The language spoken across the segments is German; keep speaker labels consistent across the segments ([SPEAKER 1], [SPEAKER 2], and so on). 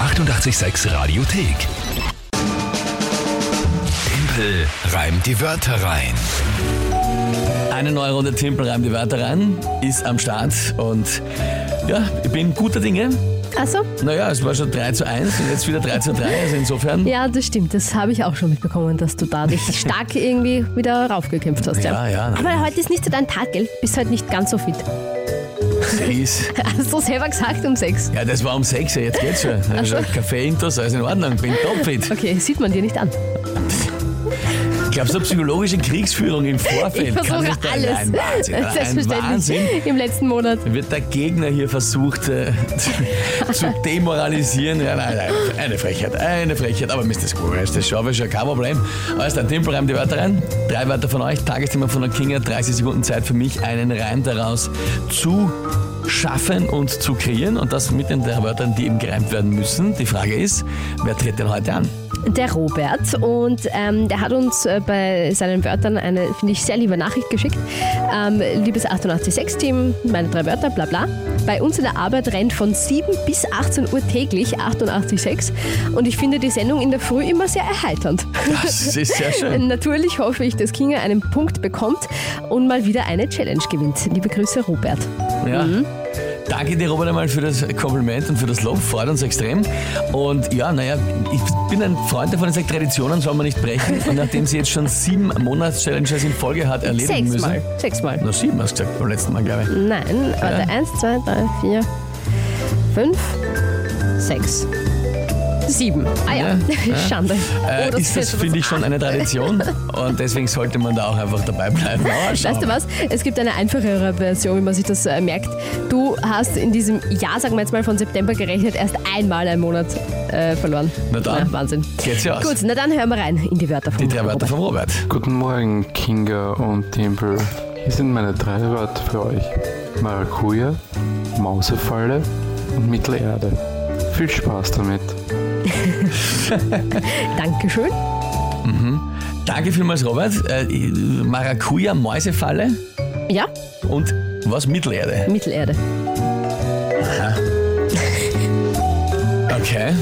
[SPEAKER 1] 886 Radiothek. Tempel reimt die Wörter rein.
[SPEAKER 2] Eine neue Runde Tempel reimt die Wörter rein, ist am Start und ja, ich bin guter Dinge.
[SPEAKER 3] Also?
[SPEAKER 2] Naja, es war schon 3 zu 1 und jetzt wieder 3 zu 3, also insofern.
[SPEAKER 3] Ja, das stimmt. Das habe ich auch schon mitbekommen, dass du dadurch stark irgendwie wieder raufgekämpft hast.
[SPEAKER 2] Ja, ja, nein.
[SPEAKER 3] Aber heute ist nicht so dein Tag, gell? Bist heute nicht ganz so fit.
[SPEAKER 2] Sie ist.
[SPEAKER 3] Hast du selber gesagt um sechs?
[SPEAKER 2] Ja, das war um 6, ja, jetzt geht's schon. Also Kaffee intus, alles in Ordnung, bin topfit.
[SPEAKER 3] Okay, sieht man dir nicht an.
[SPEAKER 2] Glaubst du, psychologische Kriegsführung im Vorfeld
[SPEAKER 3] Ich
[SPEAKER 2] kann
[SPEAKER 3] versuche
[SPEAKER 2] nicht
[SPEAKER 3] alles.
[SPEAKER 2] Ein Wahnsinn, ein
[SPEAKER 3] Selbstverständlich.
[SPEAKER 2] Wahnsinn.
[SPEAKER 3] Im letzten Monat.
[SPEAKER 2] Wird der Gegner hier versucht äh, zu- zu demoralisieren? Ja, nein, nein, eine Frechheit, eine Frechheit. Aber Mr. Squirrel, das schaffen wir schon, kein Problem. Also dann, Timpel, reimt die Wörter rein. Drei Wörter von euch, Tagesthema von der Kinga, 30 Sekunden Zeit für mich, einen Reim daraus zu schaffen und zu kreieren. Und das mit den drei Wörtern, die eben gereimt werden müssen. Die Frage ist, wer tritt denn heute an?
[SPEAKER 3] Der Robert und ähm, der hat uns äh, bei seinen Wörtern eine, finde ich, sehr liebe Nachricht geschickt. Ähm, liebes 886-Team, meine drei Wörter, bla bla. Bei uns in der Arbeit rennt von 7 bis 18 Uhr täglich 886 und ich finde die Sendung in der Früh immer sehr erheiternd.
[SPEAKER 2] Das ist sehr schön.
[SPEAKER 3] Natürlich hoffe ich, dass Kinga einen Punkt bekommt und mal wieder eine Challenge gewinnt. Liebe Grüße, Robert.
[SPEAKER 2] Ja.
[SPEAKER 3] Mhm.
[SPEAKER 2] Danke dir, Robert, einmal für das Kompliment und für das Lob. Freut uns extrem. Und ja, naja, ich bin ein Freund davon, ich sage, Traditionen soll man nicht brechen. Und nachdem sie jetzt schon sieben Monats-Challenges in Folge hat erledigen müssen.
[SPEAKER 3] Sechsmal. Sechsmal.
[SPEAKER 2] Nur sieben hast du gesagt beim letzten Mal, glaube
[SPEAKER 3] Oh,
[SPEAKER 2] ich.
[SPEAKER 3] Nein, warte, eins, zwei, drei, vier, fünf, sechs, sieben. Ah ja, Schande.
[SPEAKER 2] Äh,
[SPEAKER 3] Oh, das
[SPEAKER 2] ist das,
[SPEAKER 3] jetzt
[SPEAKER 2] finde ich,
[SPEAKER 3] was-
[SPEAKER 2] schon eine Tradition? Und deswegen sollte man da auch einfach dabei bleiben. Aber schauen
[SPEAKER 3] Weißt
[SPEAKER 2] wir.
[SPEAKER 3] du was? Es gibt eine einfachere Version, wie man sich das äh, merkt. Du hast in diesem Jahr, sagen wir jetzt mal von September gerechnet, erst einmal einen Monat äh, verloren.
[SPEAKER 2] Na dann.
[SPEAKER 3] Wahnsinn.
[SPEAKER 2] Geht's ja aus.
[SPEAKER 3] Gut, na dann hören wir rein in die Wörter von
[SPEAKER 2] Die drei Wörter von Robert.
[SPEAKER 4] Guten Morgen, Kinga und Timpel. Hier sind meine drei Wörter für euch. Maracuja, Mausefalle und Mittelerde. Viel Spaß damit.
[SPEAKER 3] Dankeschön.
[SPEAKER 2] Danke vielmals, Robert. Äh, Maracuja, Mäusefalle
[SPEAKER 3] Ja,
[SPEAKER 2] und was? Mittelerde.
[SPEAKER 3] Mittelerde.
[SPEAKER 2] Okay.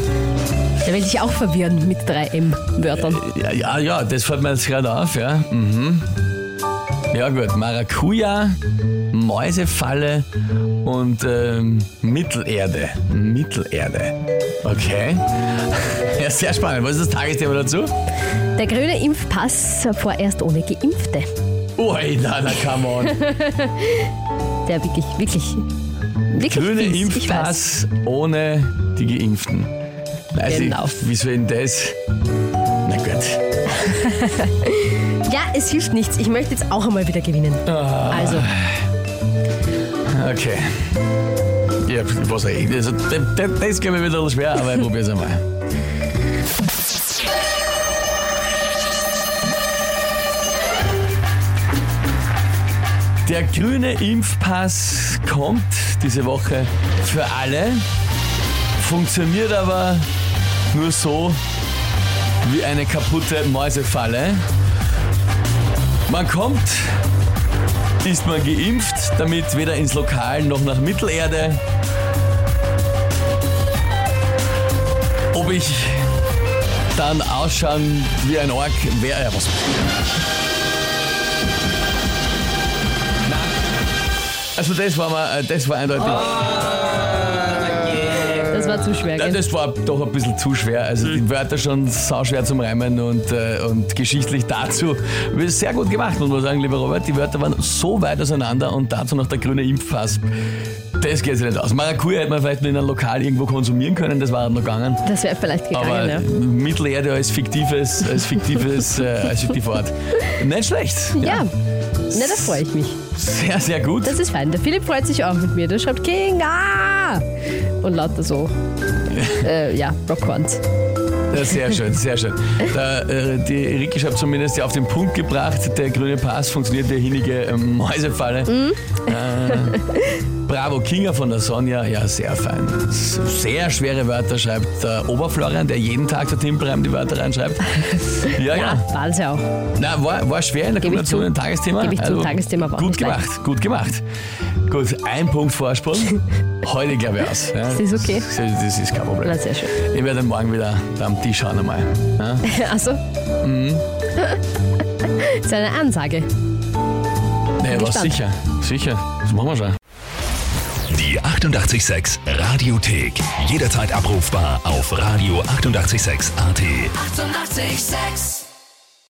[SPEAKER 3] Da will ich auch verwirren mit drei M-Wörtern.
[SPEAKER 2] Ja, ja, ja, das fällt mir jetzt gerade auf, ja. Mhm. Ja gut, Maracuja, Mäusefalle und ähm, Mittelerde. Mittelerde. Okay. Ja, sehr spannend. Was ist das Tagesthema dazu?
[SPEAKER 3] Der grüne Impfpass äh, vorerst ohne Geimpfte.
[SPEAKER 2] Ui, Oh, na, na, come on.
[SPEAKER 3] der wirklich, wirklich, wirklich
[SPEAKER 2] Grüne
[SPEAKER 3] fies, ich
[SPEAKER 2] Impfpass
[SPEAKER 3] weiß.
[SPEAKER 2] ohne die Geimpften. Weiß
[SPEAKER 3] Genau.
[SPEAKER 2] ich, wieso denn das? Na gut.
[SPEAKER 3] Ja, es hilft nichts. Ich möchte jetzt auch einmal wieder gewinnen. Also,
[SPEAKER 2] Okay. Ja, was weiß ich. Also, das, das, das geht mir wieder ein bisschen schwer, aber ich probiere es einmal. Der grüne Impfpass kommt diese Woche für alle, funktioniert aber nur so wie eine kaputte Mäusefalle. Man kommt, ist man geimpft, damit weder ins Lokal noch nach Mittelerde. Ob ich dann ausschauen wie ein Ork, wäre ja was. Na, Also das war, mal, äh, das war eindeutig.
[SPEAKER 3] das war zu schwer.
[SPEAKER 2] Ja,
[SPEAKER 3] Gell?
[SPEAKER 2] das war doch ein bisschen zu schwer. Also
[SPEAKER 3] Hm.
[SPEAKER 2] die Wörter schon sauschwer zum Reimen und, äh, und geschichtlich dazu. Sehr gut gemacht, muss man sagen, lieber Robert. Die Wörter waren so weit auseinander und dazu noch der grüne Impfpass. Das geht sich nicht aus. Maracuja hätte man vielleicht nur in einem Lokal irgendwo konsumieren können, das war noch gegangen.
[SPEAKER 3] Das wäre vielleicht
[SPEAKER 2] Aber
[SPEAKER 3] gegangen, ne? ja.
[SPEAKER 2] Mittelerde als fiktives, als fiktives, äh, als Fiktivort. Nicht schlecht.
[SPEAKER 3] Ja, na, da freue ich mich.
[SPEAKER 2] Sehr, sehr gut.
[SPEAKER 3] Das ist fein. Der Philipp freut sich auch mit mir. Der schreibt Kinga! Und lauter so. äh, ja, Rockhorns.
[SPEAKER 2] Ja, sehr schön, sehr schön. Da, äh, die Ricky schreibt
[SPEAKER 3] Mhm.
[SPEAKER 2] zumindest ja auf den Punkt gebracht, der grüne Pass funktioniert wie eine hinnige ähm, Mäusefalle. Äh, Bravo Kinga von der Sonja, ja, sehr fein. S- Sehr schwere Wörter schreibt der Oberflorian, der jeden Tag der Timperheim die Wörter reinschreibt. Ja,
[SPEAKER 3] Ja,
[SPEAKER 2] ja.
[SPEAKER 3] waren sie auch.
[SPEAKER 2] Na, war, war schwer in der
[SPEAKER 3] Gebe ich
[SPEAKER 2] Kombination
[SPEAKER 3] zu.
[SPEAKER 2] mit dem Tagesthema. Also,
[SPEAKER 3] Gebe ich zu, Tagesthema war auch
[SPEAKER 2] Gut
[SPEAKER 3] nicht leicht.
[SPEAKER 2] gemacht, gut gemacht. Gut, ein Punkt Vorsprung. Heute glaube ich aus. Ja,
[SPEAKER 3] Das ist okay.
[SPEAKER 2] Das, ist- das ist kein Problem.
[SPEAKER 3] Na, sehr schön.
[SPEAKER 2] Ich werde dann morgen wieder da am Tisch schauen einmal. Ja?
[SPEAKER 3] Also. Das ist eine Ansage.
[SPEAKER 2] Nee, war
[SPEAKER 3] gespannt.
[SPEAKER 2] sicher. Sicher. Das machen wir schon.
[SPEAKER 1] Die 886 Radiothek. Jederzeit abrufbar auf radio886.at. 886!
[SPEAKER 5] 886